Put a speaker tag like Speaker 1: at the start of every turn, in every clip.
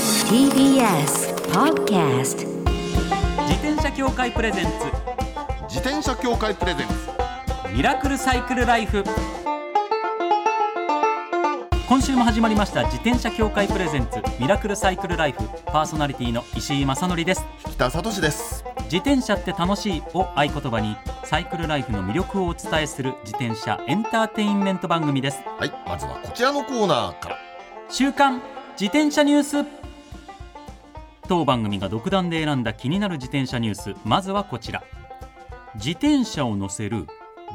Speaker 1: TBS Podcast
Speaker 2: 自転車協会プレゼンツ
Speaker 3: 自転車協会プレゼンツ
Speaker 2: ミラクルサイクルライフ今週も始まりました自転車協会プレゼンツミラクルサイクルライフパーソナリティの石井正則です
Speaker 3: 北里志です
Speaker 2: 自転車って楽しいを合言葉にサイクルライフの魅力をお伝えする自転車エンターテインメント番組です
Speaker 3: はいまずはこちらのコーナーから
Speaker 2: 週刊自転車ニュース当番組が独断で選んだ気になる自転車ニュースまずはこちら自転車を乗せる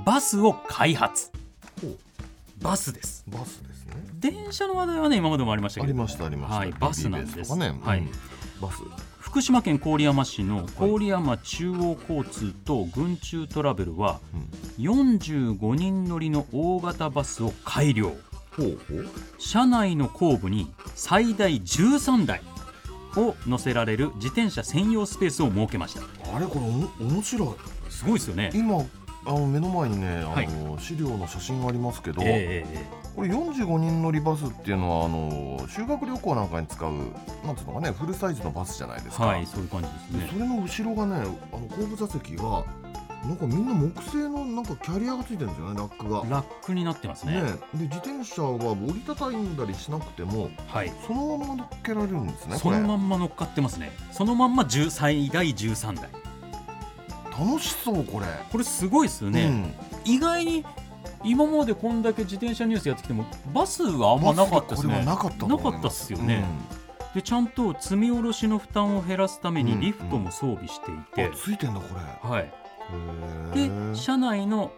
Speaker 2: バスを開発バスです
Speaker 3: バスですね
Speaker 2: 電車の話題はね今までもありました
Speaker 3: あ
Speaker 2: け
Speaker 3: り
Speaker 2: ど
Speaker 3: ましたありました、
Speaker 2: はいバスなんです
Speaker 3: BBS とかね、
Speaker 2: はい
Speaker 3: うんバス
Speaker 2: 福島県郡山市の郡山中央交通と群中トラベルは
Speaker 3: うん
Speaker 2: 45人乗りの大型バスを改良
Speaker 3: ほうほう
Speaker 2: 車内の後部に最大13台を乗せられる自転車専用スペースを設けました
Speaker 3: あれこれおも面白い
Speaker 2: すごいですよね
Speaker 3: 今あの目の前にねあの、
Speaker 2: はい
Speaker 3: 資料の写真がありますけど、
Speaker 2: ええ
Speaker 3: これ45人乗りバスっていうのはあの修学旅行なんかに使うなんつうのかねフルサイズのバスじゃないですか、
Speaker 2: はいそういう感じです
Speaker 3: でそ
Speaker 2: ね
Speaker 3: れの後ろがねあの後部座席がなんかみんな木製のなんかキャリアがついてるんですよねラックが。
Speaker 2: ラックになってますね
Speaker 3: ね、で自転車は折りたたんだりしなくても
Speaker 2: はい
Speaker 3: そのまま乗っけられるんですね
Speaker 2: そ
Speaker 3: これ
Speaker 2: のまんま乗っかってますねそのまんま10最大13台
Speaker 3: 楽しそうこれ
Speaker 2: これすごいですよね、意外に今までこんだけ自転車ニュースやってきてもバスはあ
Speaker 3: うんん
Speaker 2: まなかったです
Speaker 3: バス
Speaker 2: ね
Speaker 3: でこれはなかったと思います
Speaker 2: なかったっすよね
Speaker 3: うん
Speaker 2: でちゃんと積み下ろしの負担を減らすため
Speaker 3: う
Speaker 2: に
Speaker 3: ん
Speaker 2: リフトも装備していて
Speaker 3: あ、ついてんだこれ
Speaker 2: はい、
Speaker 3: へ
Speaker 2: で
Speaker 3: ー
Speaker 2: 車内の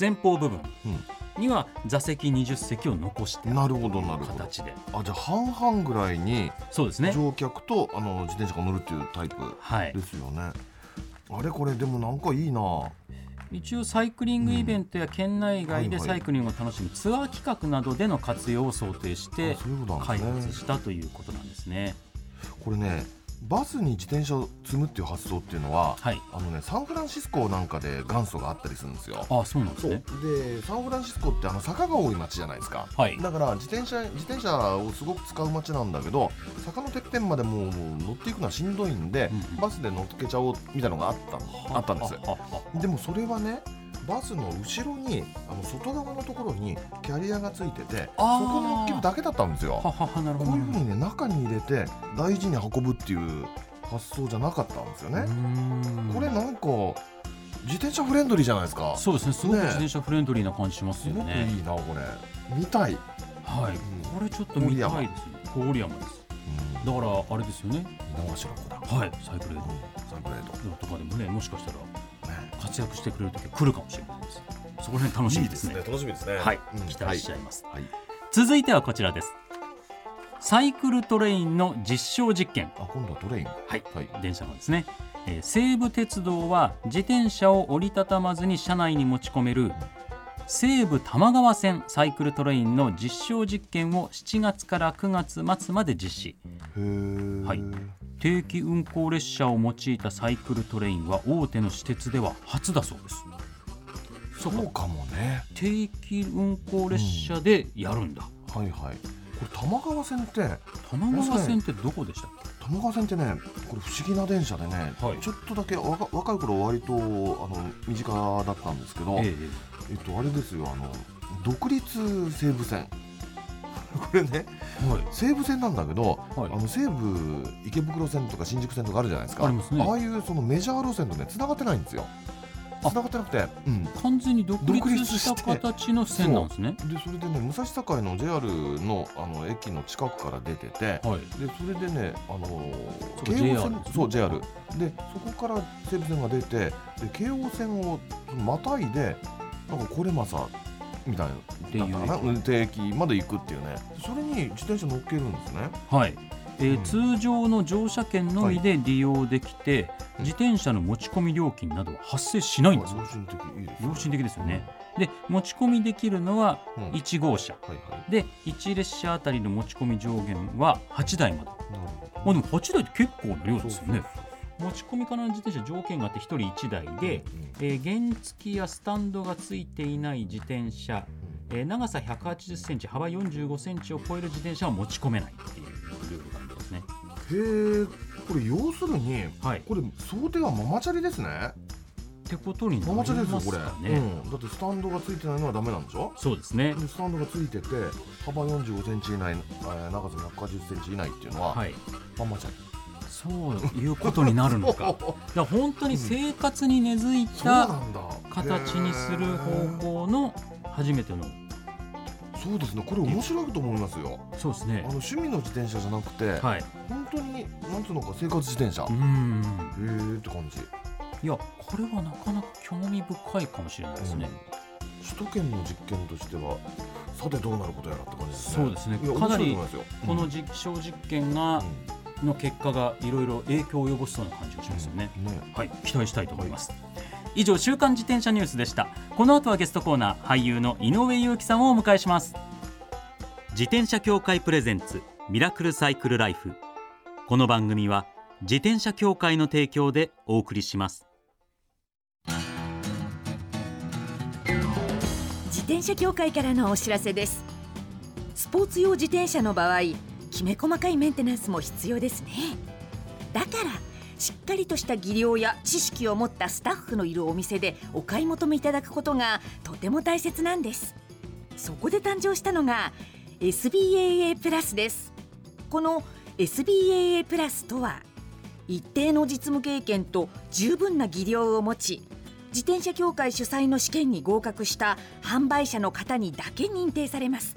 Speaker 2: 前方部分
Speaker 3: うん
Speaker 2: には座席20席を残して
Speaker 3: なるほどなるほど
Speaker 2: 形で
Speaker 3: あじゃあ半々ぐらいに
Speaker 2: そうですね
Speaker 3: 乗客とあの自転車が乗るっていうタイプ
Speaker 2: はい
Speaker 3: ですよねあれこれでもなんかいいな
Speaker 2: 一応サイクリングイベントや県内外で
Speaker 3: はいは
Speaker 2: サ
Speaker 3: い
Speaker 2: イクリングを楽しむツアー企画などでの活用を想定して
Speaker 3: あそういうこと
Speaker 2: 開
Speaker 3: なんです
Speaker 2: 発
Speaker 3: ね
Speaker 2: したということなんですね
Speaker 3: これねバスに自転車を積むっていう発想っていうのは、
Speaker 2: はい
Speaker 3: あのねサンフランシスコなんかで元祖があったりするんですよ
Speaker 2: あそうなんです
Speaker 3: そう
Speaker 2: ね
Speaker 3: でサンフランシスコってあの坂が多い町じゃないですか、
Speaker 2: はい
Speaker 3: だから自転車自転車をすごく使う町なんだけど坂のてっぺんまでもうもう乗っていくのはしんどいんで、
Speaker 2: うんうん
Speaker 3: バスで乗っけちゃおうみたいなのがあったのあったんです
Speaker 2: あああ
Speaker 3: でもそれはねバスの後ろにあの外側のところにキャリアがついててそ
Speaker 2: あー
Speaker 3: こに乗っけるだけだったんですよ
Speaker 2: はははなるほ
Speaker 3: こ
Speaker 2: どな
Speaker 3: う
Speaker 2: いるほ
Speaker 3: うふう
Speaker 2: ど
Speaker 3: にね中に入れて大事に運ぶっていう発想じゃなかったんですよ
Speaker 2: う
Speaker 3: ね、
Speaker 2: ーん
Speaker 3: これなんか自転車フレンドリーじゃないですか
Speaker 2: そうですねすごく
Speaker 3: ね
Speaker 2: 自転車フレンドリーな感じします
Speaker 3: す
Speaker 2: よ
Speaker 3: ごくい
Speaker 2: ね
Speaker 3: いなこれ見たい、
Speaker 2: はいこれちょっと見たいですね郡山ですだからあれですよね
Speaker 3: うん、直しろこだ
Speaker 2: はいサイクル
Speaker 3: うんサンプレート
Speaker 2: とかでもねもしかしたら
Speaker 3: ね
Speaker 2: 活躍してくれる時が来るかもしれないですそこら辺楽しみですね
Speaker 3: 楽しみですね
Speaker 2: はい
Speaker 3: うん
Speaker 2: 期待しちゃいます、
Speaker 3: はい、
Speaker 2: 続いてはこちらですサイクルトレインの実証実験
Speaker 3: あ今度はトレインはいはい
Speaker 2: 電車のですね、えー西武鉄道は自転車を折りたたまずに車内に持ち込める西武多摩川線サイクルトレインの実証実験を7月から9月末まで実施
Speaker 3: へー
Speaker 2: はい定期運行列車を用いたサイクルトレインは大手の私鉄では初だそうです
Speaker 3: そうかもね
Speaker 2: 定期運行列車でやるんだ、
Speaker 3: はいはいこれ玉川線って
Speaker 2: 多摩川線ってどこでしたっけ
Speaker 3: 玉川線ってねこれ不思議な電車でね、
Speaker 2: はい
Speaker 3: ちょっとだけわか若い頃割とあの身近だったんですけど、
Speaker 2: ええ
Speaker 3: えっとあれですよあの独立西武線 これね
Speaker 2: はい
Speaker 3: 西武線なんだけど、
Speaker 2: はい
Speaker 3: あの西武池袋線とか新宿線とかあるじゃないですか
Speaker 2: ありますね
Speaker 3: ああいうそのメジャー路線とね繋がってないんですよ
Speaker 2: あ
Speaker 3: 繋がってなくて、うん、
Speaker 2: 完全に独
Speaker 3: 独
Speaker 2: 立し
Speaker 3: 立したて
Speaker 2: 形の線なんですね
Speaker 3: でそれでね武蔵境の JR のあの駅の近くから出てて
Speaker 2: はい
Speaker 3: でそれでね、あのー
Speaker 2: そうか
Speaker 3: 京王
Speaker 2: JR
Speaker 3: 線
Speaker 2: ですね
Speaker 3: そう JR でそこから西武線が出てで京王線をまたいでなんかこれまさみたいな
Speaker 2: ていう
Speaker 3: だったかなうん定駅まで行くっていうねそれに自転車乗っけるんですね
Speaker 2: はい、えー
Speaker 3: うん
Speaker 2: 通常の乗車券のみで利用できて、
Speaker 3: うん
Speaker 2: 自転車の持ち込み料金などは発生しないんですよ
Speaker 3: 良心的いいですね
Speaker 2: 良心的ですよねで持ち込みできるのは
Speaker 3: うんはい
Speaker 2: 1号車
Speaker 3: はい
Speaker 2: で1列車あたりの持ち込み上限は8台まで
Speaker 3: なる
Speaker 2: まあ
Speaker 3: ほ
Speaker 2: でも8台って結構な量
Speaker 3: ど
Speaker 2: ですよね持ち込み可能な自転車条件があって1人1台で、えー原付きやスタンドがついていない自転車、えー長さ1 8 0ンチ幅4 5ンチを超える自転車は持ち込めないっていう
Speaker 3: えこれ要するに
Speaker 2: はい。
Speaker 3: これ想定はママチャリですね
Speaker 2: ってことになり
Speaker 3: ママ
Speaker 2: ます
Speaker 3: チャリですよこれ、
Speaker 2: か
Speaker 3: う
Speaker 2: ね。
Speaker 3: ん、だってスタンドがついてないのはダメなんでしょ
Speaker 2: そうですね。
Speaker 3: でスタンドがついてて幅4 5センチ以内、えー長さ1 8 0ンチ以内っていうのは、
Speaker 2: はい。
Speaker 3: ママチャリ
Speaker 2: そういうことにな るのか。だから本当に生活に根付い
Speaker 3: そうな
Speaker 2: た
Speaker 3: んだ
Speaker 2: 形にする
Speaker 3: へ
Speaker 2: 方向の初めての。
Speaker 3: ーそうですねこれ面白いと思いますよ
Speaker 2: そうです
Speaker 3: あの
Speaker 2: ね。
Speaker 3: 趣味の自転車じゃなくて、
Speaker 2: はい。
Speaker 3: 本当になんつうのか生活自転車、
Speaker 2: う
Speaker 3: へ
Speaker 2: ん。
Speaker 3: えって感じ
Speaker 2: いや、これはなかなか興味深いかもしれないですね。
Speaker 3: 首都圏の実験としてはさてどうなることやらって感じですね
Speaker 2: そうですね
Speaker 3: いや
Speaker 2: かなり
Speaker 3: 面白いと思いますよ
Speaker 2: この実証実験が
Speaker 3: うん
Speaker 2: の結果がいろいろ影響を及ぼしそうな感じがしますよね。
Speaker 3: うんね
Speaker 2: はい、期待したいと思います。以上週刊自転車ニュースでした。この後はゲストコーナー俳優の井上裕貴さんをお迎えします。自転車協会プレゼンツミラクルサイクルライフ。この番組は自転車協会の提供でお送りします。
Speaker 1: 自転車協会からのお知らせですスポーツ用自転車の場合きめ細かいメンテナンスも必要ですねだからしっかりとした技量や知識を持ったスタッフのいるお店でお買い求めいただくことがとても大切なんですそこで誕生したのが SBAA プラスですこの SBAA プラスとは一定の実務経験と十分な技量を持ち自転車協会主催の試験に合格した販売者の方にだけ認定されます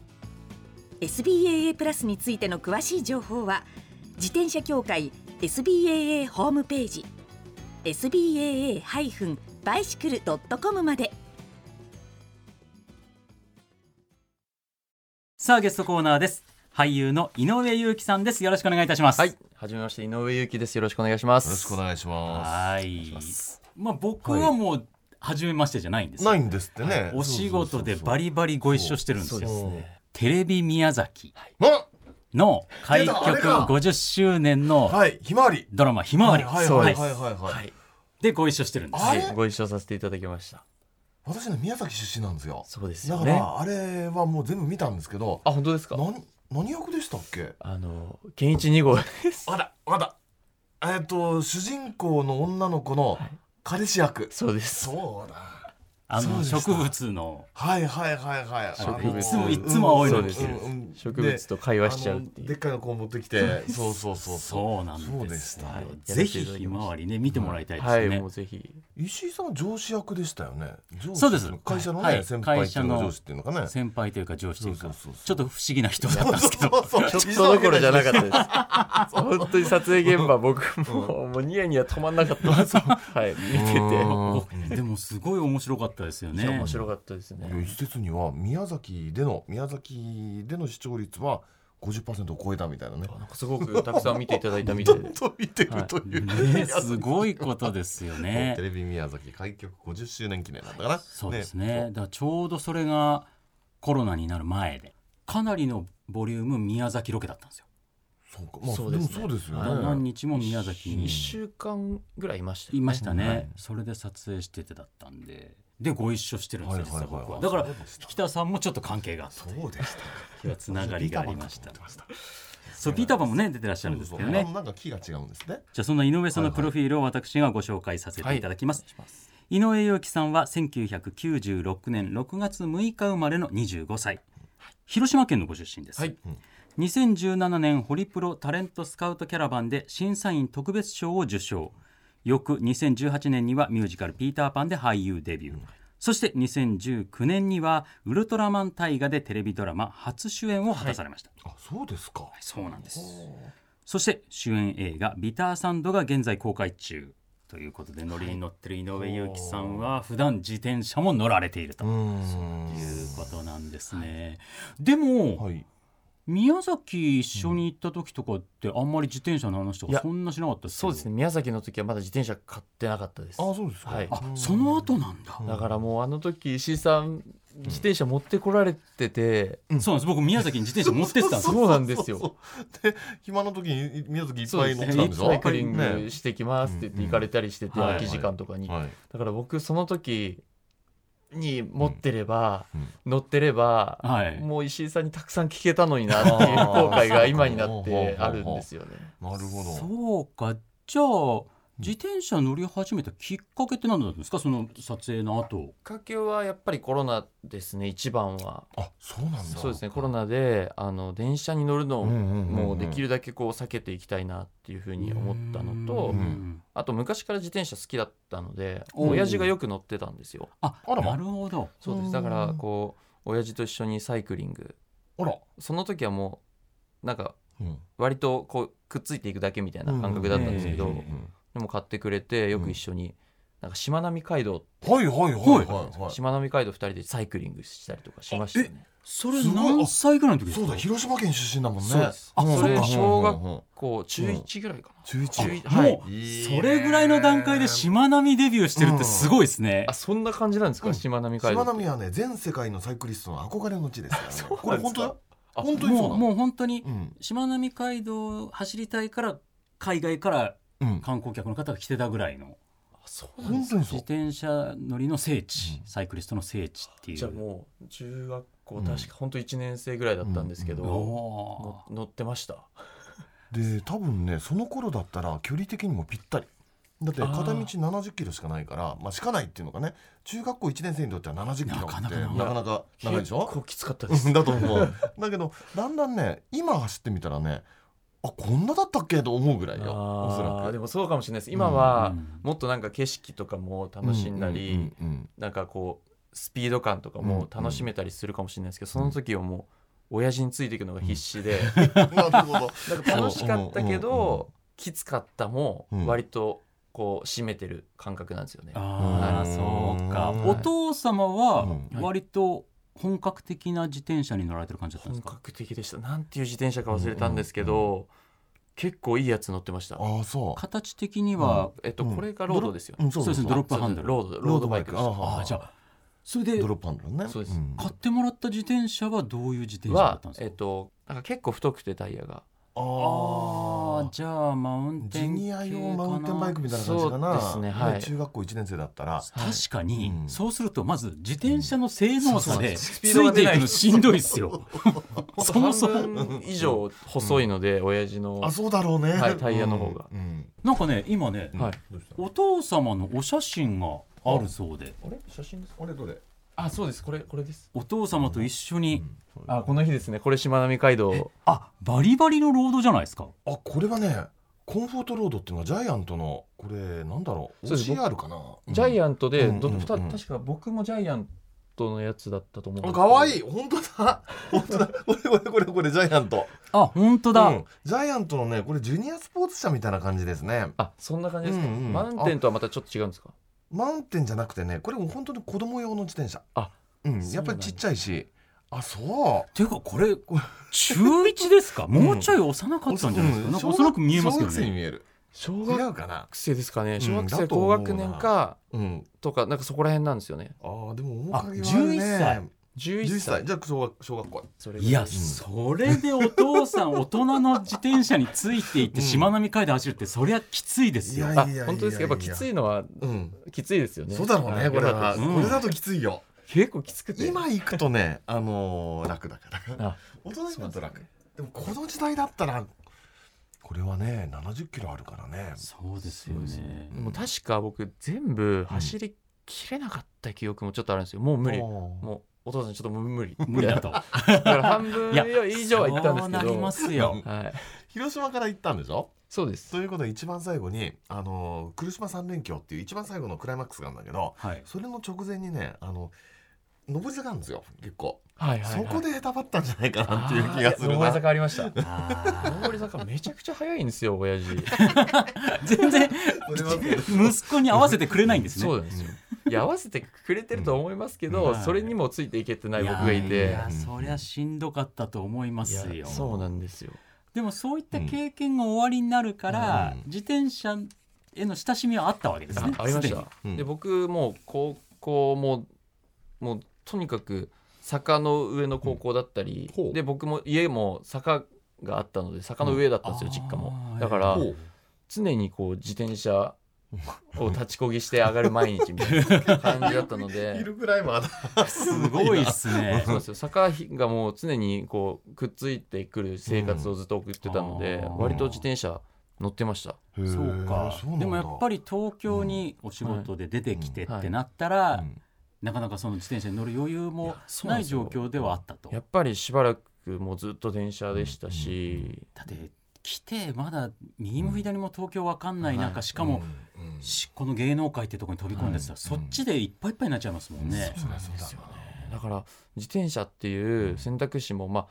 Speaker 1: SBAA プラスについての詳しい情報は自転車協会 SBAA ホームページ SBAA-bicycle.com まで
Speaker 2: さあゲストコーナーです。俳優の井上裕貴さんです。よろしくお願いいたします。
Speaker 4: はい、はじめまして井上裕貴です。よろしくお願いします。
Speaker 3: よろしくお願いしま
Speaker 2: はい。まあ僕はもう初めましてじゃないんですすよ。
Speaker 3: ないんですってね
Speaker 2: お仕事でバ
Speaker 3: リ
Speaker 2: リバリご一緒してるんです
Speaker 4: そうで
Speaker 2: よ。
Speaker 4: すね。
Speaker 2: テレビ宮崎。
Speaker 3: あ
Speaker 2: の開局
Speaker 3: 出たあれか
Speaker 2: 50周年の
Speaker 3: はいひまわり
Speaker 2: ドラマ「ひまわり
Speaker 3: はい
Speaker 4: そう
Speaker 3: はい
Speaker 4: で
Speaker 3: はいはいはい、
Speaker 4: はい、
Speaker 2: でご一緒してるんです
Speaker 3: あれ
Speaker 4: ご一緒させていただきました。
Speaker 3: 私ね宮崎出身なんですよ
Speaker 4: そうです
Speaker 3: だ
Speaker 4: よ
Speaker 3: か
Speaker 4: ね。
Speaker 3: らあれはもう全部見たんですけど
Speaker 4: あ、本当ですか。
Speaker 3: 何何役でしたっけ
Speaker 4: あの健一二号です。
Speaker 3: わだわだえっと主人公の女の子の彼氏役、
Speaker 4: そうです。
Speaker 3: そうだ
Speaker 2: あの
Speaker 3: そうでし
Speaker 2: 植
Speaker 3: た
Speaker 2: 物の
Speaker 3: はいはいはいはい
Speaker 4: 植
Speaker 2: 物
Speaker 3: あの
Speaker 2: いつもいつも青いの着てる
Speaker 3: うんうんうん
Speaker 4: 植物と会話しちゃうってい
Speaker 3: であの
Speaker 4: う
Speaker 3: でっかいのこう持ってき てそうそうそう
Speaker 2: そうなんですよ
Speaker 3: そうで
Speaker 4: した
Speaker 2: ぜひひまわりね見てもらいたいで
Speaker 4: は
Speaker 2: す
Speaker 4: い、
Speaker 2: ね
Speaker 4: もうぜひ。
Speaker 3: 石井さんは上司役でしたよね上司
Speaker 2: そうです
Speaker 3: 会社のね、
Speaker 2: はい
Speaker 3: 先輩ってい
Speaker 2: 会社
Speaker 3: うのが
Speaker 2: の
Speaker 3: 上司っていうのかね
Speaker 2: 先輩というか上司という
Speaker 3: そ
Speaker 2: か
Speaker 3: うそうそうそう
Speaker 2: ちょっと不思議な人だったんですけど
Speaker 3: そうそう
Speaker 4: ち
Speaker 3: そ
Speaker 4: ょ
Speaker 3: う
Speaker 4: っとどころじゃなかったです。本当に撮影現場僕も、もうニヤニヤ止まんなかったです。はい、見てて。
Speaker 3: うん
Speaker 2: おでもすごい面白かったですよ
Speaker 4: いや
Speaker 2: ね
Speaker 4: 面白かったですね
Speaker 3: い。や一説には宮崎での宮崎での視聴率は50%を超えたみたいなね
Speaker 4: なんかすごくたくさん見ていただいたみたいで。
Speaker 3: と見てるという、
Speaker 2: ねすごいことですよね
Speaker 3: テレビ宮崎開局50周年記念なんだから、
Speaker 2: そうですねだからちょうどそれがコロナになる前でかなりのボリューム宮崎ロケだったんですよ
Speaker 3: そうか、まあ、
Speaker 4: そう
Speaker 3: で
Speaker 4: です
Speaker 3: も
Speaker 4: ね
Speaker 3: そうですよね
Speaker 2: 何日も宮崎に
Speaker 4: 一週間ぐらいいましたよね。
Speaker 2: いましたね、
Speaker 3: はい
Speaker 2: それで撮影しててだったんででご一緒してるんですよ、
Speaker 3: はいはいはい
Speaker 2: 実は僕は
Speaker 3: あ
Speaker 2: だから
Speaker 3: そうでした
Speaker 2: 引田さんもちょっと関係があって
Speaker 3: そうでした
Speaker 2: つながりがありました
Speaker 3: ビタバンかと思って
Speaker 2: そうピーターパンもね出てらっしゃるん
Speaker 3: ま
Speaker 2: で
Speaker 3: し
Speaker 2: すけ
Speaker 3: たそう
Speaker 2: どね
Speaker 3: そうあのなんか木が違うんですね
Speaker 2: じゃあそんな井上さんのプロフィールを私がご紹介させていただきます、
Speaker 4: します
Speaker 2: 井上陽樹さんは1996年6月6日生まれの25歳広島県のご出身です、
Speaker 4: はい
Speaker 2: 2017年ホリプロタレントスカウトキャラバンで審査員特別賞を受賞翌2018年にはミュージカル「ピーター・パン」で俳優デビュー、そして2019年には「ウルトラマン大河」でテレビドラマ初主演を果たされました、
Speaker 3: あそうですか
Speaker 2: そうなんですそして主演映画「ビターサンド」が現在公開中ということで乗りに乗ってる井上裕貴さんは普段自転車も乗られているという
Speaker 3: うん
Speaker 2: ことなんですね、でも、
Speaker 3: はい
Speaker 2: 宮崎一緒に行った時とかってあんまり自転車の話と
Speaker 4: い
Speaker 2: か
Speaker 4: や
Speaker 2: そんなしなかった
Speaker 4: そうです
Speaker 2: ね
Speaker 4: ね宮崎の時はまだ自転車買ってなかったです
Speaker 3: あそうですか、
Speaker 4: はい
Speaker 2: あその後なんだ、
Speaker 4: だからもうあの時石井さん自転車持ってこられてて、
Speaker 2: そうなんです僕宮崎に自転車持ってってたんですよ
Speaker 4: そうなんですよ
Speaker 3: そうで暇の時に宮崎いっ
Speaker 4: そう
Speaker 3: ぱ
Speaker 4: で
Speaker 3: い
Speaker 4: す
Speaker 3: 乗
Speaker 4: ね
Speaker 3: ってたんでしょ
Speaker 4: サイクリン
Speaker 3: ね
Speaker 4: グしてきますって言って行かれたりしてて、
Speaker 3: うんうん
Speaker 4: 空き時間とかに、
Speaker 3: はい
Speaker 4: だから僕その時に持ってれば、
Speaker 3: うん
Speaker 4: 乗ってれば、
Speaker 2: はい
Speaker 4: もう石井さんにたくさん聞けたのになっていう後悔が今になってあるんですよね。
Speaker 3: なるほど
Speaker 2: そうかじゃあ自転車乗り始めたきっかけって何だったんですかその撮影の後
Speaker 4: きっかけはやっぱりコロナですね一番は。
Speaker 3: あそうなんだ
Speaker 4: そうですねコロナであの電車に乗るのをもうでき
Speaker 3: る
Speaker 4: るだけこう避けていきたいなっていうふうに思ったのと
Speaker 2: うん
Speaker 4: あと昔から自転車好きだったので
Speaker 2: おー
Speaker 4: 親父がよく乗ってたんですよ
Speaker 2: あ
Speaker 3: あら
Speaker 2: なるほど
Speaker 4: そうですだからこう親父と一緒にサイクリング
Speaker 3: あら、
Speaker 4: その時はもうなんか
Speaker 3: うん
Speaker 4: 割とこうくっついていくだけみたいな感覚だったんですけど、
Speaker 2: うん
Speaker 4: でも買ってくれてよく一緒に、なんかしまなみ海道
Speaker 3: はいはいはいはいはい
Speaker 4: しまなみ海道2人でサイクリングしたりとかしましたよね
Speaker 2: それ
Speaker 3: すごい
Speaker 2: 何歳ぐらいの時ですか
Speaker 3: そうだ広島県出身だもんね
Speaker 4: そうです
Speaker 2: あ
Speaker 3: うん
Speaker 2: それ
Speaker 3: うん
Speaker 4: 小学
Speaker 3: うんうん
Speaker 4: こう中1ぐらいかな、
Speaker 3: 中一
Speaker 4: 中一
Speaker 2: もう、
Speaker 4: はい
Speaker 3: いいね
Speaker 2: それぐらいの段階でしまなみデビューしてるってすごいですね
Speaker 4: あ、そんな感じなんです
Speaker 3: う
Speaker 4: か
Speaker 3: ん
Speaker 4: しまなみ
Speaker 3: し
Speaker 4: 海道
Speaker 3: ま
Speaker 4: って
Speaker 3: なみはね全世界のサイクリストの憧れの地です からね
Speaker 4: そう
Speaker 3: こ
Speaker 4: な
Speaker 3: れ
Speaker 4: んで
Speaker 3: 本
Speaker 4: す
Speaker 3: 当
Speaker 4: か
Speaker 3: よ本当にそ
Speaker 2: も
Speaker 3: うな
Speaker 2: う
Speaker 3: の
Speaker 2: もう本当に
Speaker 3: うん
Speaker 2: しまなみ海道走りたいから海外から
Speaker 3: うん
Speaker 2: 観光客の方が来てたぐらいの
Speaker 4: あそうなんで
Speaker 3: 本
Speaker 4: す
Speaker 3: 当に
Speaker 2: 自
Speaker 3: そう
Speaker 2: 転車乗りの聖地、
Speaker 3: うん
Speaker 2: サイクリストの聖地っていう
Speaker 4: じゃあもう中学校
Speaker 3: うん
Speaker 4: 確か本当1年生ぐらいだったんですけど、
Speaker 3: う
Speaker 2: お
Speaker 4: の乗ってました
Speaker 3: で多分ねその頃だったら距離的にもぴったりだって
Speaker 4: あー
Speaker 3: 片道70キロしかないからまあしかないっていうのかね中学校1年生にとっては70キロって
Speaker 2: な
Speaker 3: な
Speaker 2: か
Speaker 3: か
Speaker 2: なか
Speaker 3: なか
Speaker 2: な
Speaker 3: 長いでしょ
Speaker 4: 結構きつかっ たです
Speaker 3: だと思うだけどだんだんね今走ってみたらねあこんなだったっけと思うぐらいよ
Speaker 4: あ
Speaker 3: おそ
Speaker 4: ー
Speaker 3: らく
Speaker 4: でもそうかもしれないです今は
Speaker 2: うん
Speaker 4: もっとなんか景色とかも楽しんだり、
Speaker 3: うん うんうん
Speaker 4: なんかこうスピード感とかも楽しめたりするかもしれないですけど、その時はもう親父についていくのが必死で、
Speaker 3: うんなるほど
Speaker 4: なんか楽しかったけ
Speaker 3: うんうんうん
Speaker 4: どきつかったも
Speaker 3: うん
Speaker 4: 割とこう締めてる感覚なんですよね。
Speaker 2: ああそうか
Speaker 3: うん
Speaker 2: お父様は
Speaker 3: うん
Speaker 2: 割と本格的な自転車に乗られてる感じだったんで
Speaker 4: 本
Speaker 2: すか
Speaker 4: 格的でしたなんていう自転車か忘れたんですけど、結構いいやつ乗ってました。
Speaker 3: ああそう
Speaker 2: 形的には
Speaker 4: えっと、
Speaker 3: うん
Speaker 4: これがロードですよね。
Speaker 3: うんそう
Speaker 2: そうですねドロップハンドル
Speaker 4: ロードロードバイクでし
Speaker 3: ロードバイク
Speaker 2: ああじゃあそれで
Speaker 3: ドロップハンドルね
Speaker 4: そうです
Speaker 3: ん
Speaker 2: 買ってもらった自転車はどういう自転
Speaker 4: た
Speaker 2: 車だっ
Speaker 4: は
Speaker 2: たんです
Speaker 4: え
Speaker 2: か
Speaker 4: っとなんか結構太くてタイヤが
Speaker 2: あ
Speaker 3: あ
Speaker 2: あ
Speaker 3: ー
Speaker 2: じゃあマウンテ
Speaker 3: ジ
Speaker 2: ン
Speaker 3: ニア用マウンテンバイクみたいな感じかな
Speaker 4: そうですねはい
Speaker 3: 中学校1年生だったら
Speaker 4: はい
Speaker 2: 確かに、
Speaker 3: うん
Speaker 2: そうするとまず自転車の性能差
Speaker 4: そうそう
Speaker 2: で
Speaker 4: そう
Speaker 2: ついていくのしんどいっすよ。そもそ
Speaker 4: 半
Speaker 2: も
Speaker 4: 分以上細いので、親父の
Speaker 3: あそうだろうね
Speaker 4: はいタイヤの方が
Speaker 3: うん
Speaker 2: なんかね今ね
Speaker 3: うん
Speaker 4: はい
Speaker 3: どうした
Speaker 2: お父様のお写真があるそうで
Speaker 4: あれ写真ですか
Speaker 3: あれどれ
Speaker 4: あそうですこれこれです
Speaker 2: お父様と一緒に、
Speaker 4: あこの日ですねこれしまなみ海道
Speaker 2: あバリバリのロードじゃないですか。
Speaker 3: あこれはねコンフォートロードっていうのはジャイアントのこれなんだろう
Speaker 4: そうです
Speaker 3: OCR かな
Speaker 4: ジャイ
Speaker 3: ン
Speaker 4: アントで、
Speaker 3: うん
Speaker 4: ど
Speaker 3: うん
Speaker 4: ふた
Speaker 3: うん
Speaker 4: 確か僕もジャイアントのやつだったと思うんですけ
Speaker 3: か
Speaker 4: ど
Speaker 3: わいい本当だ本当だこれこれこれこれジャイアント
Speaker 2: あ本当だ、
Speaker 3: うんジャイアントのねこれジュニアスポーツ車みたいな感じですね
Speaker 4: あそんな感じですか、
Speaker 3: うんうん
Speaker 4: マウンテンとはまたちょっと違うんですか
Speaker 3: マウンテンじゃなくてねこれも本当に子供用の自転車
Speaker 4: あ
Speaker 3: うんやっぱりちっちゃいしあそう
Speaker 2: ていうかこれ中一ですかもうちょい幼かったんじゃないですか、
Speaker 3: う
Speaker 2: なんか
Speaker 3: 小学
Speaker 2: 幼く見えますけど
Speaker 3: 小学生に
Speaker 2: ね。
Speaker 3: 見える
Speaker 4: 小
Speaker 3: 違
Speaker 4: 学
Speaker 3: うかな
Speaker 4: 生ですかね
Speaker 3: ん
Speaker 4: 小学生、
Speaker 3: だと思
Speaker 4: 高
Speaker 3: うな
Speaker 4: 学年か
Speaker 3: うん
Speaker 4: とかなんかそこら辺なんですよね
Speaker 3: ああでも面影は
Speaker 2: あ11歳
Speaker 4: 11
Speaker 3: 11
Speaker 4: 歳
Speaker 3: 歳じゃあ小学小学校
Speaker 4: それぐら
Speaker 2: いや、
Speaker 4: です
Speaker 2: それでお父さん大人の自転車についていって
Speaker 3: うん
Speaker 2: しまなみ海道走るってそりゃきついですよ。
Speaker 3: いや
Speaker 4: あ本当ですかやっぱきついのは
Speaker 3: うん
Speaker 4: きついですよね
Speaker 3: そうだろうねこれは
Speaker 2: うん
Speaker 3: これだときついよ
Speaker 4: 結構きつくて
Speaker 3: 今行くとねあのー楽だから
Speaker 4: あ
Speaker 3: 大人になると
Speaker 4: そうなんで
Speaker 3: 楽でもこの時代だったらこれはね70キロあるからね
Speaker 2: そうですよね。
Speaker 4: もう確か僕全部走りきれなかった記憶もちょっとあるんですよもう無理
Speaker 3: あー
Speaker 4: もうお父さんちょっともう無理
Speaker 2: 無理だと。
Speaker 4: だから半分
Speaker 2: いや
Speaker 4: 以上は行ったんですけど
Speaker 2: そうなりますよ。
Speaker 4: はい、
Speaker 3: 広島から行ったんでしょ
Speaker 4: そうです
Speaker 3: ということで一番最後にあのー来島三連休っていう一番最後のクライマックスがあるんだけど
Speaker 2: はい。
Speaker 3: それの直前にねあの上り坂あるんですよ結構
Speaker 4: はいはい、は
Speaker 3: そ
Speaker 4: い、
Speaker 3: こでへたばったんじゃないかなっていう気がする
Speaker 4: 上り
Speaker 3: な
Speaker 4: 坂ありました
Speaker 2: あ
Speaker 4: 上り 坂めちゃくちゃ速いんですよ親父
Speaker 2: ー全然
Speaker 3: それはそう
Speaker 2: 息子に合わせてくれないんですね。
Speaker 4: そうなんですよいや合わせてくれてると思いますけど、
Speaker 2: うん
Speaker 4: それにもついていけてない僕がい
Speaker 2: いやい
Speaker 4: て
Speaker 2: やそりゃしんどかったと思います
Speaker 4: いや
Speaker 2: よ
Speaker 4: そうなんですよ
Speaker 2: でもそういった経験が終わりになるから、
Speaker 5: うん
Speaker 2: 自転車への親しみはあったわけです
Speaker 4: あ
Speaker 2: ね
Speaker 4: ありまし
Speaker 2: すでに
Speaker 4: た、
Speaker 5: うん
Speaker 4: で僕もう高校ももうとにかく坂の上の高校だったり、
Speaker 5: うんほう
Speaker 4: で僕も家も坂があったので坂の上だったんです
Speaker 2: う
Speaker 4: よ、
Speaker 2: ん
Speaker 4: 実家
Speaker 2: あ
Speaker 4: も
Speaker 2: ー
Speaker 4: だから
Speaker 5: ほう
Speaker 4: 常にこう自転車を立ちこぎして上がる毎日みたいな感じだったの
Speaker 5: ヒ
Speaker 4: で
Speaker 5: ルクライマーだ。
Speaker 2: すごいですね
Speaker 4: そうですよ坂がもう常にこうくっついてくる生活をずっと送ってたので、
Speaker 2: うん
Speaker 4: 割と自転車乗ってました。
Speaker 3: へー
Speaker 2: そうか
Speaker 3: そうなん
Speaker 2: で
Speaker 3: だ
Speaker 2: もやっぱり東京にお仕事で出てきてってなったら、
Speaker 5: うん
Speaker 2: なかなかその自転車に乗る余裕
Speaker 4: い
Speaker 2: も
Speaker 4: やそうな
Speaker 2: なんい
Speaker 4: ですよ
Speaker 2: 状況ではあったと
Speaker 4: や
Speaker 2: だ
Speaker 4: っぱりしばらくもうずっと電車でしたし、
Speaker 2: って来てまだ右も左も東京わかんない中、
Speaker 4: はい
Speaker 2: しかも、
Speaker 5: うん、うん
Speaker 2: しこの芸能界ってとこに飛び込んでたら、そっちでいっぱいいっぱいになっちゃいますもんね。
Speaker 5: そうだそうだ。
Speaker 4: だから自転車っていう選択肢もま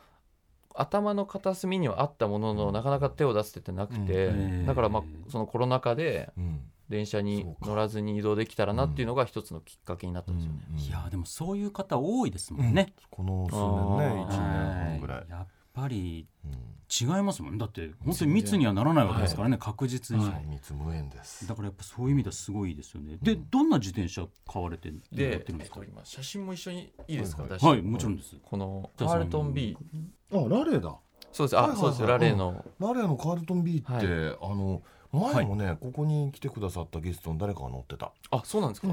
Speaker 4: あ頭の片隅にはあったもののなかなか手を出せてなくて、
Speaker 2: うん
Speaker 4: だからまあそのコロナ禍で
Speaker 5: うん
Speaker 4: 電車に
Speaker 5: そうか
Speaker 4: 乗らずに移動できたらなっていうのが一つのきっかけになったんですよね。
Speaker 5: うん
Speaker 2: いやーでもそういう方多いですもんね。
Speaker 3: この数年ね
Speaker 4: うん
Speaker 3: 一年
Speaker 2: は
Speaker 3: 半
Speaker 2: い
Speaker 3: ぐらい
Speaker 2: やっぱり
Speaker 5: うん
Speaker 2: 違いますもんねだって本当に密にはならないわけですからね、確実に、
Speaker 5: 三密無縁です。
Speaker 2: だからやっぱそういう意味ではすごいですよね。でどんな自転車買われてる乗って
Speaker 4: で、
Speaker 2: るん
Speaker 4: え
Speaker 2: で
Speaker 4: っ
Speaker 2: すか
Speaker 4: と、。今写真も一緒にいいですか、
Speaker 5: はい
Speaker 4: 私
Speaker 2: はいもちろんです。
Speaker 4: この
Speaker 2: じ
Speaker 4: カ
Speaker 2: ゃあその
Speaker 4: ールトン B
Speaker 3: あラレーだ
Speaker 4: そうです
Speaker 3: はいは
Speaker 4: あ
Speaker 3: いはい
Speaker 4: そうですラレーの
Speaker 3: ラレーのカールトン B って、
Speaker 4: はい
Speaker 3: あの前もね、ここに来てくださったゲストの誰かが乗ってた、
Speaker 4: あそうなんですか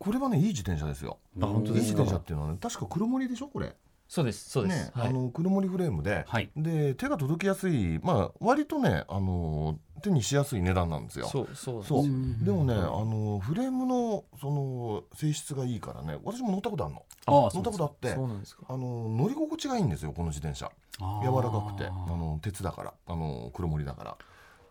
Speaker 3: これはねいい自転車ですよ
Speaker 2: あ本
Speaker 3: いい
Speaker 2: 当で
Speaker 3: 自
Speaker 2: す
Speaker 3: 転車
Speaker 2: か。
Speaker 3: っていうのはね確か黒森でしょこれ
Speaker 4: そうですそうです
Speaker 3: ね、あの黒森フレームで、
Speaker 2: はい。
Speaker 3: で手が届きやすいまあ割とねあの手にしやすい値段なんですよ
Speaker 4: そうそうです
Speaker 3: そうでもね、
Speaker 4: う
Speaker 3: あ
Speaker 4: ん
Speaker 3: のフレームのその性質がいいからね私も乗ったことあるの
Speaker 2: ああ
Speaker 3: 乗ったことあって
Speaker 4: そうなんですか
Speaker 3: あの乗り心地がいいんですよこの自転車柔らかくてあの鉄だからあの黒森だから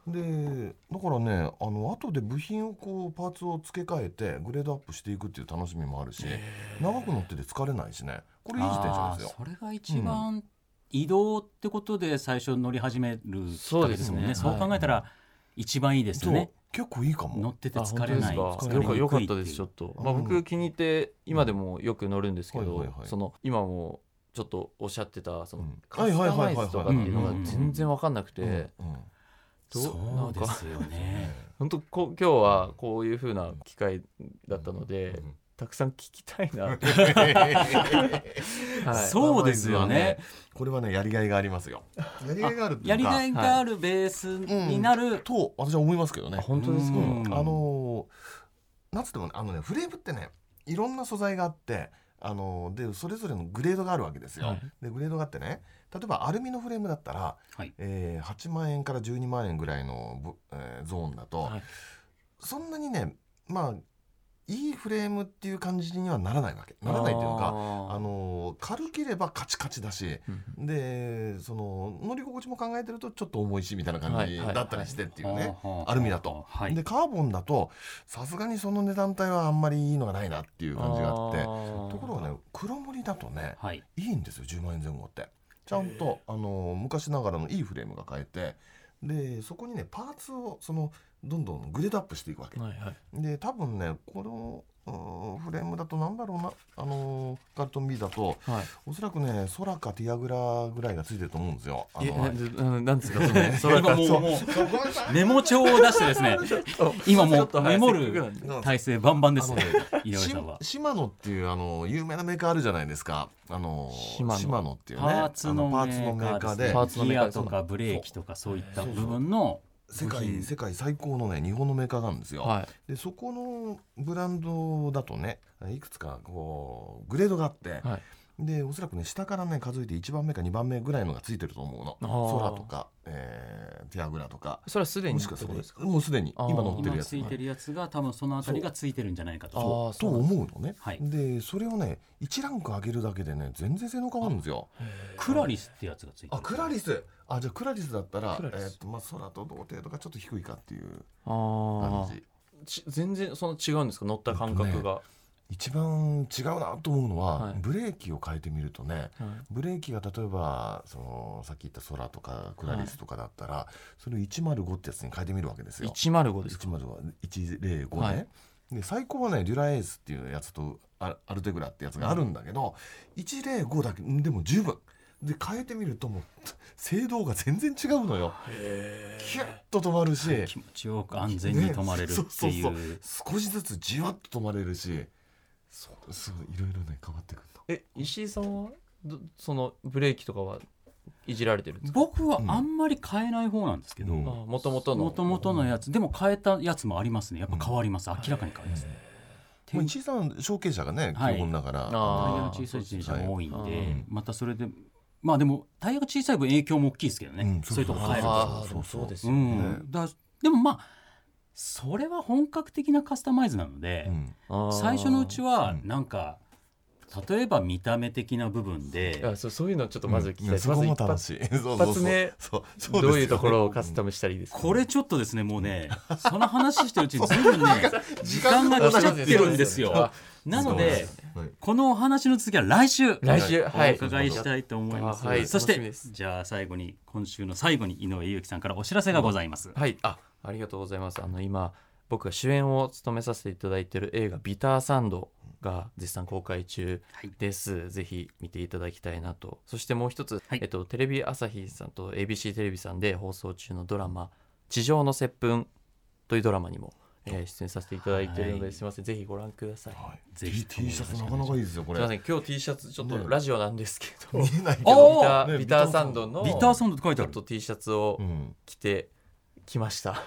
Speaker 3: でだからねあの後で部品をこうパーツを付け替えてグレードアップしていくっていう楽しみもあるし長く乗ってて疲れないしねこれいい自転車ですよ
Speaker 2: あーそれが一番移動ってことで最初乗り始めるきっかけですもんね。
Speaker 4: そ
Speaker 2: そう
Speaker 4: ですね
Speaker 2: う考えたら一番いいです
Speaker 3: そ
Speaker 2: よ
Speaker 3: う
Speaker 2: ね。
Speaker 3: 結構いいかも
Speaker 2: 乗ってて疲れない。
Speaker 4: あ本当
Speaker 2: 疲
Speaker 4: です
Speaker 2: れに
Speaker 4: かよ
Speaker 2: くいていう
Speaker 4: かよかったですちょっと、まあ、
Speaker 3: うん
Speaker 4: 僕気に入って今でもよく乗るんですけど、
Speaker 3: はいはいはい
Speaker 4: その今もちょっとおっしゃってたその
Speaker 3: うん
Speaker 4: カスタマイズとかっていうのが
Speaker 2: はいはいはいはい
Speaker 4: 全然わかんなくて、
Speaker 3: うんうん
Speaker 4: ど
Speaker 2: そうですよね。
Speaker 4: 本当こ今日はこういう風な機会だったので、たくさん聞きたいなって、はい、
Speaker 2: そうですよね。
Speaker 3: これはねやりがいがありますよやりがいがあるっていうか
Speaker 2: やりがいがあるベースになる。
Speaker 3: と私は思いますけどね
Speaker 4: 本当ですか、
Speaker 2: うん
Speaker 3: あのーなんつってもねあのねフレームってねいろんな素材があってあのーでそれぞれのグレードがあるわけですよ。
Speaker 2: はい
Speaker 3: でグレードがあってね例えばアルミのフレームだったら、
Speaker 2: はい
Speaker 3: えー8万円から12万円ぐらいのぶ、えーゾーンだと、
Speaker 4: はい
Speaker 3: そんなにねまあいいフレームっていう感じにはならないわけならないというかあ
Speaker 4: あ
Speaker 3: のー
Speaker 4: の
Speaker 3: 軽ければカチカチだしでその乗り心地も考えてるとちょっと重いしみたいな感じ
Speaker 4: はいはい
Speaker 3: だったりしてっていうね。
Speaker 2: はあはあ
Speaker 3: アルミだと
Speaker 2: はい。
Speaker 3: でカーボンだとさすがにその値段帯はあんまりいいのがないなっていう感じがあってところがね黒森だとね
Speaker 2: はい。
Speaker 3: いいんですよ10万円前後ってちゃんとあの昔ながらのいいフレームが買えてでそこにねパーツをそのどんどんグレードアップしていくわけ
Speaker 4: はいはい
Speaker 3: で多分ねこのうんフレームだとなんだろうなあのカルトン B だと
Speaker 4: はい
Speaker 3: おそらくねソラかティアグラぐらいがついてると思うんですよあ
Speaker 4: え
Speaker 3: の
Speaker 4: なななんですかそのそれ
Speaker 2: 今もうもうメモ帳を出してですね。今もうメモる体制バンバンですね。井上さんは。
Speaker 3: シマノっていうあの有名なメーカーあるじゃないですか。あのシ
Speaker 4: シ
Speaker 3: マ
Speaker 4: マ
Speaker 3: ノ
Speaker 4: ノ
Speaker 3: っていうね、
Speaker 2: パーツの
Speaker 3: あ
Speaker 2: メ
Speaker 3: パーツの
Speaker 2: ー
Speaker 3: メ
Speaker 2: カ
Speaker 3: ーカ
Speaker 2: ー
Speaker 3: ー
Speaker 2: で
Speaker 3: で
Speaker 2: ね、
Speaker 3: す
Speaker 4: パーツのメーカー
Speaker 2: ギアとかブレーキとかそういった部分の
Speaker 3: 世界世界最高のね日本のメーカーがあるんですよ。
Speaker 4: は
Speaker 3: でそこのブランドだとね、いくつかこうグレードがあって、
Speaker 4: いはい
Speaker 3: でおそらくね下からね数えて一番目か二番目ぐらいのがついてると思うの。
Speaker 4: あー
Speaker 3: 空とか、えー、ティアグラとか、
Speaker 4: それはすでに
Speaker 3: もしか
Speaker 4: って
Speaker 3: す
Speaker 4: こと
Speaker 3: る
Speaker 4: ですか
Speaker 3: ともうすでに
Speaker 4: あー
Speaker 3: 今乗ってる
Speaker 2: 今
Speaker 3: や
Speaker 2: つ
Speaker 3: つ。
Speaker 2: いてるやつが多分そのあたりがついてるんじゃないか
Speaker 4: あ
Speaker 2: と。
Speaker 4: ー
Speaker 3: と
Speaker 4: そうなんです
Speaker 3: 思うのね、
Speaker 2: はい
Speaker 3: でそれをね1ランク上げるだけでね全然性能変わるんですよ。
Speaker 2: クラリスってやつがついてる。
Speaker 3: あクラリスあじゃあクラリスだったら
Speaker 4: ク
Speaker 3: え
Speaker 4: ラリス
Speaker 3: ーっとまあ空と同程度がちょっと低いかっていう
Speaker 4: あ
Speaker 3: 感
Speaker 4: ー
Speaker 3: じ
Speaker 4: ち全然その違うんですか乗った感覚が、
Speaker 3: 一番違うなと思うのは、
Speaker 4: はい
Speaker 3: ブレーキを変えてみるとね
Speaker 4: はい
Speaker 3: ブレーキが例えばそのさっき言った空とかクラリスとかだったら、それを105ってやつに変えてみるわけですよ。
Speaker 4: 105ですか
Speaker 3: 105ね、
Speaker 4: はい
Speaker 3: で最高はねデュラエースっていうやつとアアルテグラってやつがあるんだけど、105だけでも十分で変えてみるともう精度が全然違うのよキュッと止まるし、
Speaker 2: 気持ちよく安全に止まれる
Speaker 3: ね
Speaker 2: ってい
Speaker 3: そうそう
Speaker 2: う。
Speaker 3: そう少しずつじわっと止まれるしそうそういろいろね変わってくる
Speaker 4: え石井さんはどそのブレーキとかはいじられてるんですか
Speaker 2: 僕はあんまり変えない方なんですけど、
Speaker 3: うん
Speaker 2: も
Speaker 4: もともとの
Speaker 2: ともとのやつ、でも変えたやつもありますね。やっぱ変わります。明らかに変わります。
Speaker 3: の、まあ、石井さん証券者がね
Speaker 2: はい
Speaker 3: 基本だから、
Speaker 2: タイヤ
Speaker 4: あー
Speaker 2: が小さい自転車も多いんで、
Speaker 4: はい
Speaker 3: うん
Speaker 2: またそれで、まあでもタイヤが小さい分影響も大きいですけどね。そういうとこ変えると。
Speaker 4: あー
Speaker 3: そうそう
Speaker 4: でもそうです
Speaker 2: う
Speaker 4: よね
Speaker 2: ん、だでもまあそれは本格的なカスタマイズなので、
Speaker 3: うん
Speaker 2: 最初のうち
Speaker 4: は
Speaker 2: は
Speaker 3: うん
Speaker 2: なんか、例えば見た目的な部分
Speaker 4: い
Speaker 2: で
Speaker 4: やそうそういうのちょっとまず聞きたいです、
Speaker 3: うん
Speaker 4: ま
Speaker 3: そこ
Speaker 4: ず
Speaker 3: も
Speaker 4: 一
Speaker 3: 楽
Speaker 4: 発
Speaker 3: しいそうそう
Speaker 4: 一発目
Speaker 3: そうそ
Speaker 4: どういうところをカスタ
Speaker 3: ム
Speaker 4: ムしたらいいですか、
Speaker 2: これちょっとですねもう ねその話してるうちに随分ね時間が来ちゃってるんですよ
Speaker 4: あ。
Speaker 2: なの
Speaker 3: そうで
Speaker 2: です
Speaker 3: はい
Speaker 2: このお話の続きは来週
Speaker 4: 来週
Speaker 2: お
Speaker 4: はい
Speaker 2: 伺いしたいと思います。
Speaker 4: はい
Speaker 2: そし
Speaker 4: 楽しみ
Speaker 2: て
Speaker 4: です
Speaker 2: じゃあ最後に今週の最後に井上裕貴さんからお知らせがございます。
Speaker 4: はい、あ、ありがとうございます。あの今僕が主演を務めさせていただいている映画ビターサンドが絶賛公開中です。ぜひ見ていただきたいなと。そしてもう一つ、
Speaker 2: はい
Speaker 4: えっとテレビ朝日さんと ABC テレビさんで放送中のドラマ地上の接吻というドラマにも、えー出演させていただいているので、
Speaker 2: はい
Speaker 4: すみません。ぜひご覧ください。
Speaker 3: はい、
Speaker 2: ぜひと
Speaker 3: T
Speaker 2: もよろし
Speaker 3: シ
Speaker 2: く
Speaker 3: ャツなかなかいいですよこ
Speaker 4: す
Speaker 3: れ
Speaker 4: みません。今日 T シャツちょっ
Speaker 3: ね
Speaker 4: とラジオなんですけど、
Speaker 3: 見えないけ
Speaker 4: ビタ
Speaker 3: ど
Speaker 4: ー
Speaker 3: ね
Speaker 4: ビターサンドの
Speaker 2: ビターサンドって書い
Speaker 4: ち
Speaker 2: て
Speaker 4: ょ
Speaker 2: あ
Speaker 4: っ
Speaker 2: る。
Speaker 4: と T シャツを
Speaker 3: うん
Speaker 4: 着てきました。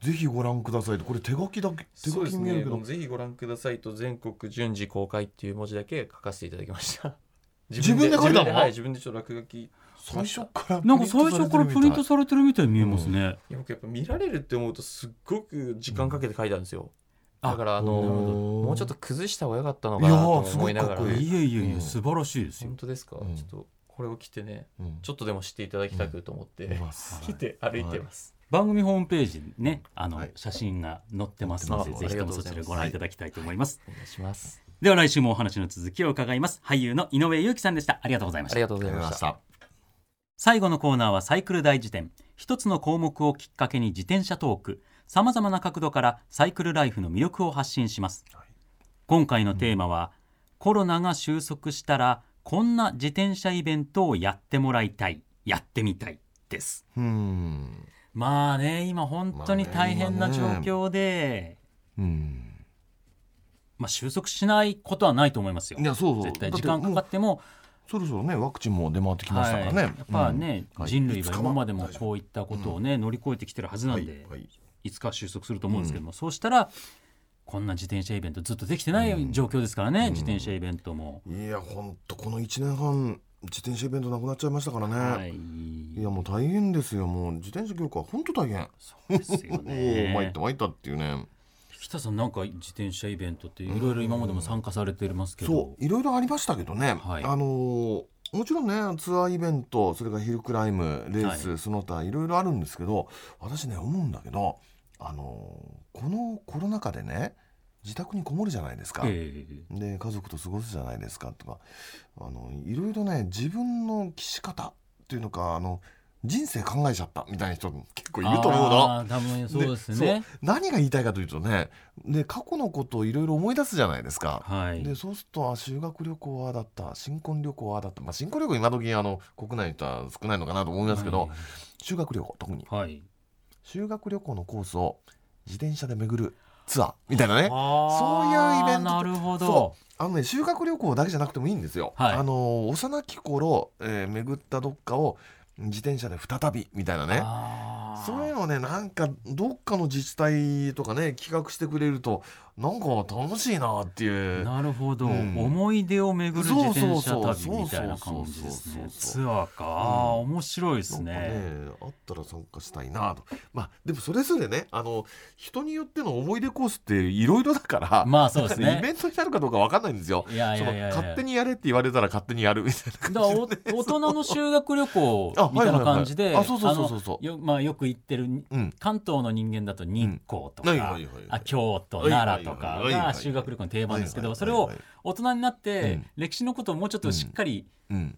Speaker 3: ぜひご覧くださいってこれ手書きだけ手
Speaker 4: そう
Speaker 3: 書
Speaker 4: で
Speaker 3: き
Speaker 4: す
Speaker 3: 見え
Speaker 4: ね
Speaker 3: るけど、
Speaker 4: もうぜひご覧くださいと全国順次公開っていう文字だけ書かせていただきました
Speaker 3: 自分で書いたの
Speaker 4: 自分ではい自分でちょっと落書きい
Speaker 3: 最初から
Speaker 2: なんか最初からプリント
Speaker 3: さ
Speaker 2: されてるみたいに見えますね。
Speaker 4: や僕やっぱ見られるって思うとすっごく時間かけて書いたんですよ、
Speaker 2: あ
Speaker 4: だからあの
Speaker 3: なるほど
Speaker 4: もうちょっと崩した方が良かったのかなと
Speaker 3: いやー
Speaker 4: 思いながら
Speaker 3: すごくかっこ
Speaker 2: いやいやいうや、
Speaker 3: ん
Speaker 2: 素晴らしいですよ
Speaker 4: 本。当ですか、
Speaker 3: うん
Speaker 4: ちょっとこれを着てね
Speaker 3: れてるみたいうん
Speaker 4: ちょっとでも知っていただきたくと思って、
Speaker 3: い ます
Speaker 4: 着て歩いてます、
Speaker 2: 番組ホームページにね、あの、
Speaker 3: はい
Speaker 2: 写真が載ってますので、
Speaker 4: あ
Speaker 2: ぜひともそちらご覧いただきたいと思います。
Speaker 4: お願いします
Speaker 2: では来週もお話の続きを伺います。俳優の井上裕貴さんでした。ありがとうございま
Speaker 4: あ
Speaker 2: した。
Speaker 4: りがとうございました
Speaker 2: 最後のコーナーはサイクル大辞典。一つの項目をきっかけに自転車トーク。さまざまな角度からサイクルライフの魅力を発信します。今回のテーマは、コロナが収束したらこんな自転車イベントをやってもらいたい、やってみたいです。
Speaker 3: うん
Speaker 2: まあね今本当に大変な状況で、
Speaker 3: うん
Speaker 2: まあ、収束しないことはないと思いますよ
Speaker 3: いやそうそう
Speaker 2: 絶対
Speaker 3: だっ
Speaker 2: 時
Speaker 3: て
Speaker 2: 間かかっても
Speaker 3: そろそろねワクチンも出回ってきましたからね、
Speaker 2: はいやっぱね、
Speaker 3: うんはい
Speaker 2: 人類が
Speaker 3: いつかは
Speaker 2: 今までもこういったことをね、乗り越えてきてるはずなんで、い
Speaker 3: はいはい
Speaker 2: つかは収束すると思うんですけども、そうしたらこんな自転車イベントずっとできてない状況ですからね、自転車イベントも。
Speaker 3: いやほんとこの1年半自転車イベントなくなっちゃいましたからね、
Speaker 2: はい
Speaker 3: い、やもう大変ですよもう自転車業界はほんと大変
Speaker 2: そうですよ
Speaker 3: おお参っ
Speaker 2: ね
Speaker 3: た。参ったっていうね
Speaker 2: 北さんなんか自転車イベントっていろいろ今までも参加されてますけど
Speaker 3: そ、ういろいろありましたけどね、
Speaker 2: はい
Speaker 3: あのーもちろんねツアーイベントそれからヒルクライムレース、その他いろいろあるんですけど私ね思うんだけどあのーこのコロナ禍でね自宅にこもるじゃないですか、
Speaker 2: ええ
Speaker 3: で家族と過ごすじゃないですかとかあのいろいろね自分の騎し方っていうのかあの人生考えちゃったみたいな人結構いると思うの。
Speaker 2: あー多分そうですね。
Speaker 3: そう何が言いたいかというとねで過去のことをいろいろ思い出すじゃないですか。
Speaker 2: はい。
Speaker 3: でそうするとあ修学旅行はああだった新婚旅行はああだった、まあ、新婚旅行今時あの国内とは少ないのかなと思いますけど、修学旅行特に
Speaker 2: はい。はい。
Speaker 3: 修学旅行のコースを自転車で巡るツアーみたいなね
Speaker 2: そう
Speaker 3: いうイベント
Speaker 2: なるほど
Speaker 3: そ。あのね修学旅行だけじゃなくてもいいんですよ。
Speaker 2: はい
Speaker 3: あの幼き頃、えー巡ったどっかを自転車で再びみたいなね
Speaker 2: あー
Speaker 3: そういうのねなんかどっかの自治体とかね企画してくれるとなんか楽しいなっていう。
Speaker 2: なるほど、
Speaker 3: うん
Speaker 2: 思い出を巡る自転車旅みたいな
Speaker 3: そうそうそうそう
Speaker 2: 感じですね。
Speaker 3: そう
Speaker 2: ツ
Speaker 3: そう
Speaker 2: アーか、あー
Speaker 3: うん
Speaker 2: 面白いですね。
Speaker 3: なんかねあったら参加したいなとまあでもそれぞれねあの人によっての思い出コースっていろいろだから、
Speaker 2: まあそうです
Speaker 3: イ
Speaker 2: ね
Speaker 3: ベ。ントになるかどうかわかんないんですよ。
Speaker 2: いやいやいやいや
Speaker 3: その勝手にやれって言われたら勝手にやるみたい
Speaker 2: だ
Speaker 3: な
Speaker 2: からお大人の修学旅行
Speaker 3: あはい
Speaker 2: みたいな感じ
Speaker 3: はい
Speaker 2: で、
Speaker 3: はいあそうそうそうそうそう
Speaker 2: あのよまあよく行ってる
Speaker 3: うん
Speaker 2: 関東の人間だと日光と
Speaker 3: うんはい
Speaker 2: か
Speaker 3: はいはいはい、
Speaker 2: あ京都、
Speaker 3: はいはいはい
Speaker 2: 奈良とか
Speaker 3: はいはいは
Speaker 2: が
Speaker 3: い
Speaker 2: 修学旅行の定番ですけど、それ
Speaker 3: は
Speaker 2: を
Speaker 3: いはい
Speaker 2: 大人になっ
Speaker 3: う
Speaker 2: て
Speaker 3: ん
Speaker 2: 歴史のことをもうちょっとしっかり
Speaker 3: うん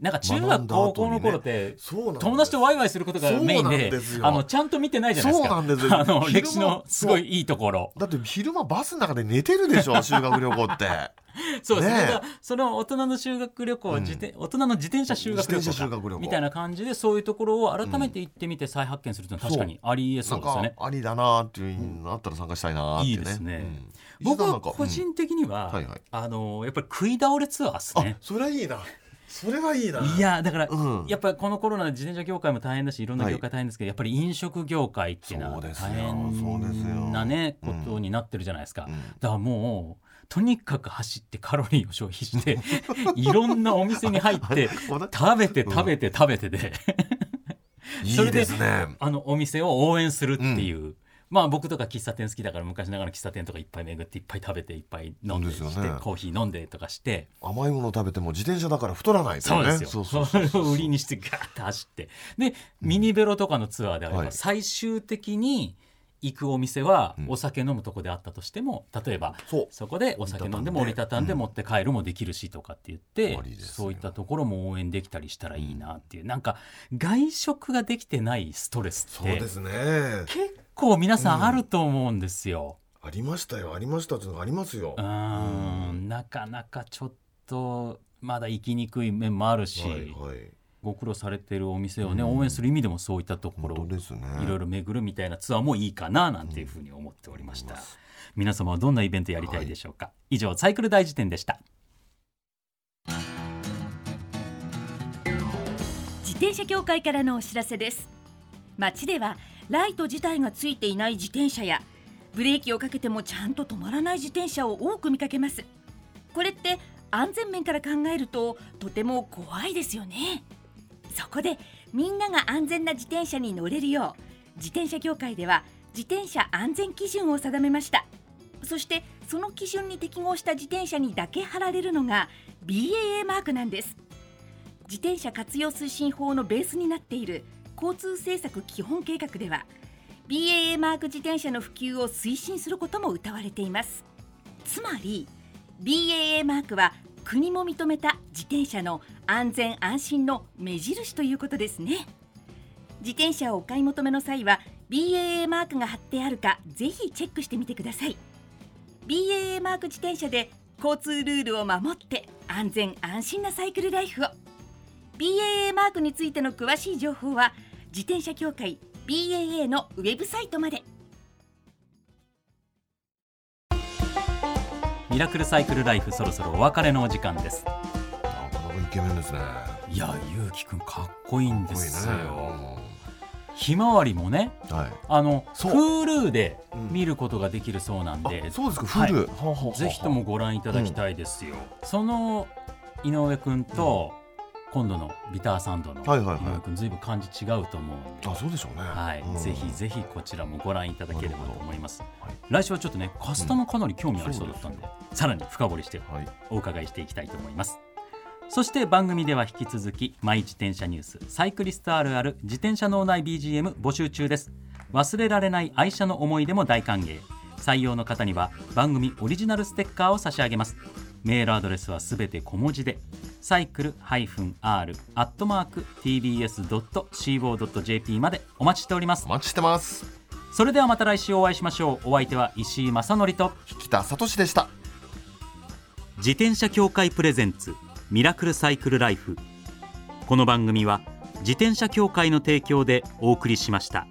Speaker 2: なんか中学高校の頃って
Speaker 3: そうなんです
Speaker 2: 友達とワイワイすることがメインで
Speaker 3: そうなんですよ
Speaker 2: あのちゃんと見てないじゃないですか
Speaker 3: そうなんですよ
Speaker 2: あの
Speaker 3: 昼間
Speaker 2: 歴史のすごいいいところ
Speaker 3: だって昼間バスの中で寝てるでし ょ修学旅行って
Speaker 2: そうですね
Speaker 3: ねえ
Speaker 2: だからその大人の修学旅行、
Speaker 3: うん
Speaker 2: 自転大人の自転車修学旅
Speaker 3: 自
Speaker 2: 行
Speaker 3: 転車修
Speaker 2: か
Speaker 3: 学旅行
Speaker 2: みたいな感じでそういうところを改めて行ってみて再発見するというのは確かにありえ
Speaker 3: な
Speaker 2: そうんですよね
Speaker 3: か。ありだなーっていうのあったら参加したいなーってね
Speaker 2: いいですね
Speaker 3: うん
Speaker 2: 僕
Speaker 3: 石田な
Speaker 2: は
Speaker 3: んか
Speaker 2: 個人的には、
Speaker 3: うんはいはい
Speaker 2: あのやっぱり食い倒れツアーです
Speaker 3: うんあ
Speaker 2: ね。
Speaker 3: それはいいなそれはいいない
Speaker 2: やだから、
Speaker 3: うん
Speaker 2: やっぱりこのコロナで自転車業界も大変だしいろんな業界大変ですけど、やっぱり飲食業界っていうの
Speaker 3: そ
Speaker 2: は
Speaker 3: う
Speaker 2: 大
Speaker 3: ですよ
Speaker 2: 変なね
Speaker 3: そうですよ
Speaker 2: ことになってるじゃないですか、
Speaker 3: うん
Speaker 2: だからもうとにかく走ってカロリーを消費して いろんなお店に入っ
Speaker 3: あ
Speaker 2: て
Speaker 3: れこれ
Speaker 2: 食べて食べて食べてでそ
Speaker 3: い
Speaker 2: れ
Speaker 3: い
Speaker 2: で
Speaker 3: ですね
Speaker 2: あのお店を応援するっていう、まあ僕とか喫茶店好きだから昔ながら喫茶店とかいっぱい巡っていっぱい食べていっぱい飲んで
Speaker 3: そうです
Speaker 2: し
Speaker 3: よ
Speaker 2: て
Speaker 3: ね
Speaker 2: コーヒー飲んでとかして
Speaker 3: 甘いもの食べても自転車だから太らないと
Speaker 2: そう
Speaker 3: いね
Speaker 2: ですよ。
Speaker 3: そ
Speaker 2: そ
Speaker 3: うそう
Speaker 2: れ
Speaker 3: そう
Speaker 2: を 売りにしてガーッと走って。で、ミニベロとかのツアーであれば、
Speaker 3: はい
Speaker 2: 最終的に行くお店は
Speaker 3: うん
Speaker 2: お酒飲むとこであったとしても、例えば、
Speaker 3: そう
Speaker 2: そこでお酒飲んでも折り
Speaker 3: 折り
Speaker 2: た
Speaker 3: た
Speaker 2: た
Speaker 3: た
Speaker 2: ん
Speaker 3: ん
Speaker 2: で
Speaker 3: で
Speaker 2: 持って帰るもできるしとかって言って、
Speaker 3: ありですよ
Speaker 2: そういったところも応援できたりしたらいいなっていう、なんか外食ができてないストレスっ
Speaker 3: そう
Speaker 2: て
Speaker 3: で、すね
Speaker 2: 結構皆さんあると思うんですよ。
Speaker 3: ありましたよありましたっていうのがありますよ
Speaker 2: うーん、なかなかちょっと、まだ行きにくい面もあるし、
Speaker 3: はいはい
Speaker 2: ご苦労されてるお店をね、
Speaker 3: うん
Speaker 2: 応援する意味でもそういったとこ
Speaker 3: 本
Speaker 2: ろ
Speaker 3: 当
Speaker 2: を
Speaker 3: ですね
Speaker 2: いろいろ巡るみたいなツアーもいいかななんていうふうに思っておりました、皆様はどんなイベントやりたいでしょうか、以上サイクル大辞典でした
Speaker 1: 自転車協会からのお知らせです街ではライト自体がついていない自転車やブレーキをかけてもちゃんと止まらない自転車を多く見かけますこれって安全面から考えるととても怖いですよねそこでみんなが安全な自転車に乗れるよう自転車協会では自転車安全基準を定めましたそしてその基準に適合した自転車にだけ貼られるのが BAA マークなんです自転車活用推進法のベースになっている交通政策基本計画では BAA マーク自転車の普及を推進することも謳われていますつまり BAA マークは国も認めた自転車の安全安心の目印ということですね自転車をお買い求めの際は BAA マークが貼ってあるかぜひチェックしてみてください BAA マーク自転車で交通ルールを守って安全安心なサイクルライフを BAA マークについての詳しい情報は自転車協会 BAA のウェブサイトまで
Speaker 2: ミラクルサイクルライフそろそろお別れのお時間です
Speaker 3: なかなかイケメンですね
Speaker 2: いやゆうきくんかっこいいんですよ、
Speaker 3: かっこ
Speaker 2: ひまわりもね
Speaker 3: いいねはい
Speaker 2: あの
Speaker 3: そう
Speaker 2: Hulu で
Speaker 3: うん
Speaker 2: 見ることができるそうなんで、
Speaker 3: あそうですかフ
Speaker 2: はい
Speaker 3: ル、はあはあはあ
Speaker 2: ぜひともご覧いただきたいですよ。その井上くんと、今度のビターサンドの井
Speaker 3: はいはいはい
Speaker 2: 上くんずいぶん感じ違うと思うんで、
Speaker 3: あそうでしょうね
Speaker 2: はい、
Speaker 3: うん
Speaker 2: ぜひぜひこちらもご覧いただければと思います。
Speaker 3: はい
Speaker 2: 来週はちょっとねカスタもかなり興味ありそうだったんで、
Speaker 3: うんそ
Speaker 2: さらに深掘りして
Speaker 3: はい
Speaker 2: お伺いしていきたいと思います。そして番組では引き続き「マイ自転車ニュースサイクリストあるある自転車脳内 BGM」募集中です忘れられない愛車の思い出も大歓迎採用の方には番組オリジナルステッカーを差し上げますメールアドレスはすべて小文字でサイクル -r-tbs.co.jp までお待ちしております
Speaker 3: お待ちしてます
Speaker 2: それではまた来週お会いしましょうお相手は石井正則と
Speaker 3: 北聡でした
Speaker 2: 自転車協会プレゼンツミラクルサイクルライフこの番組は自転車協会の提供でお送りしました。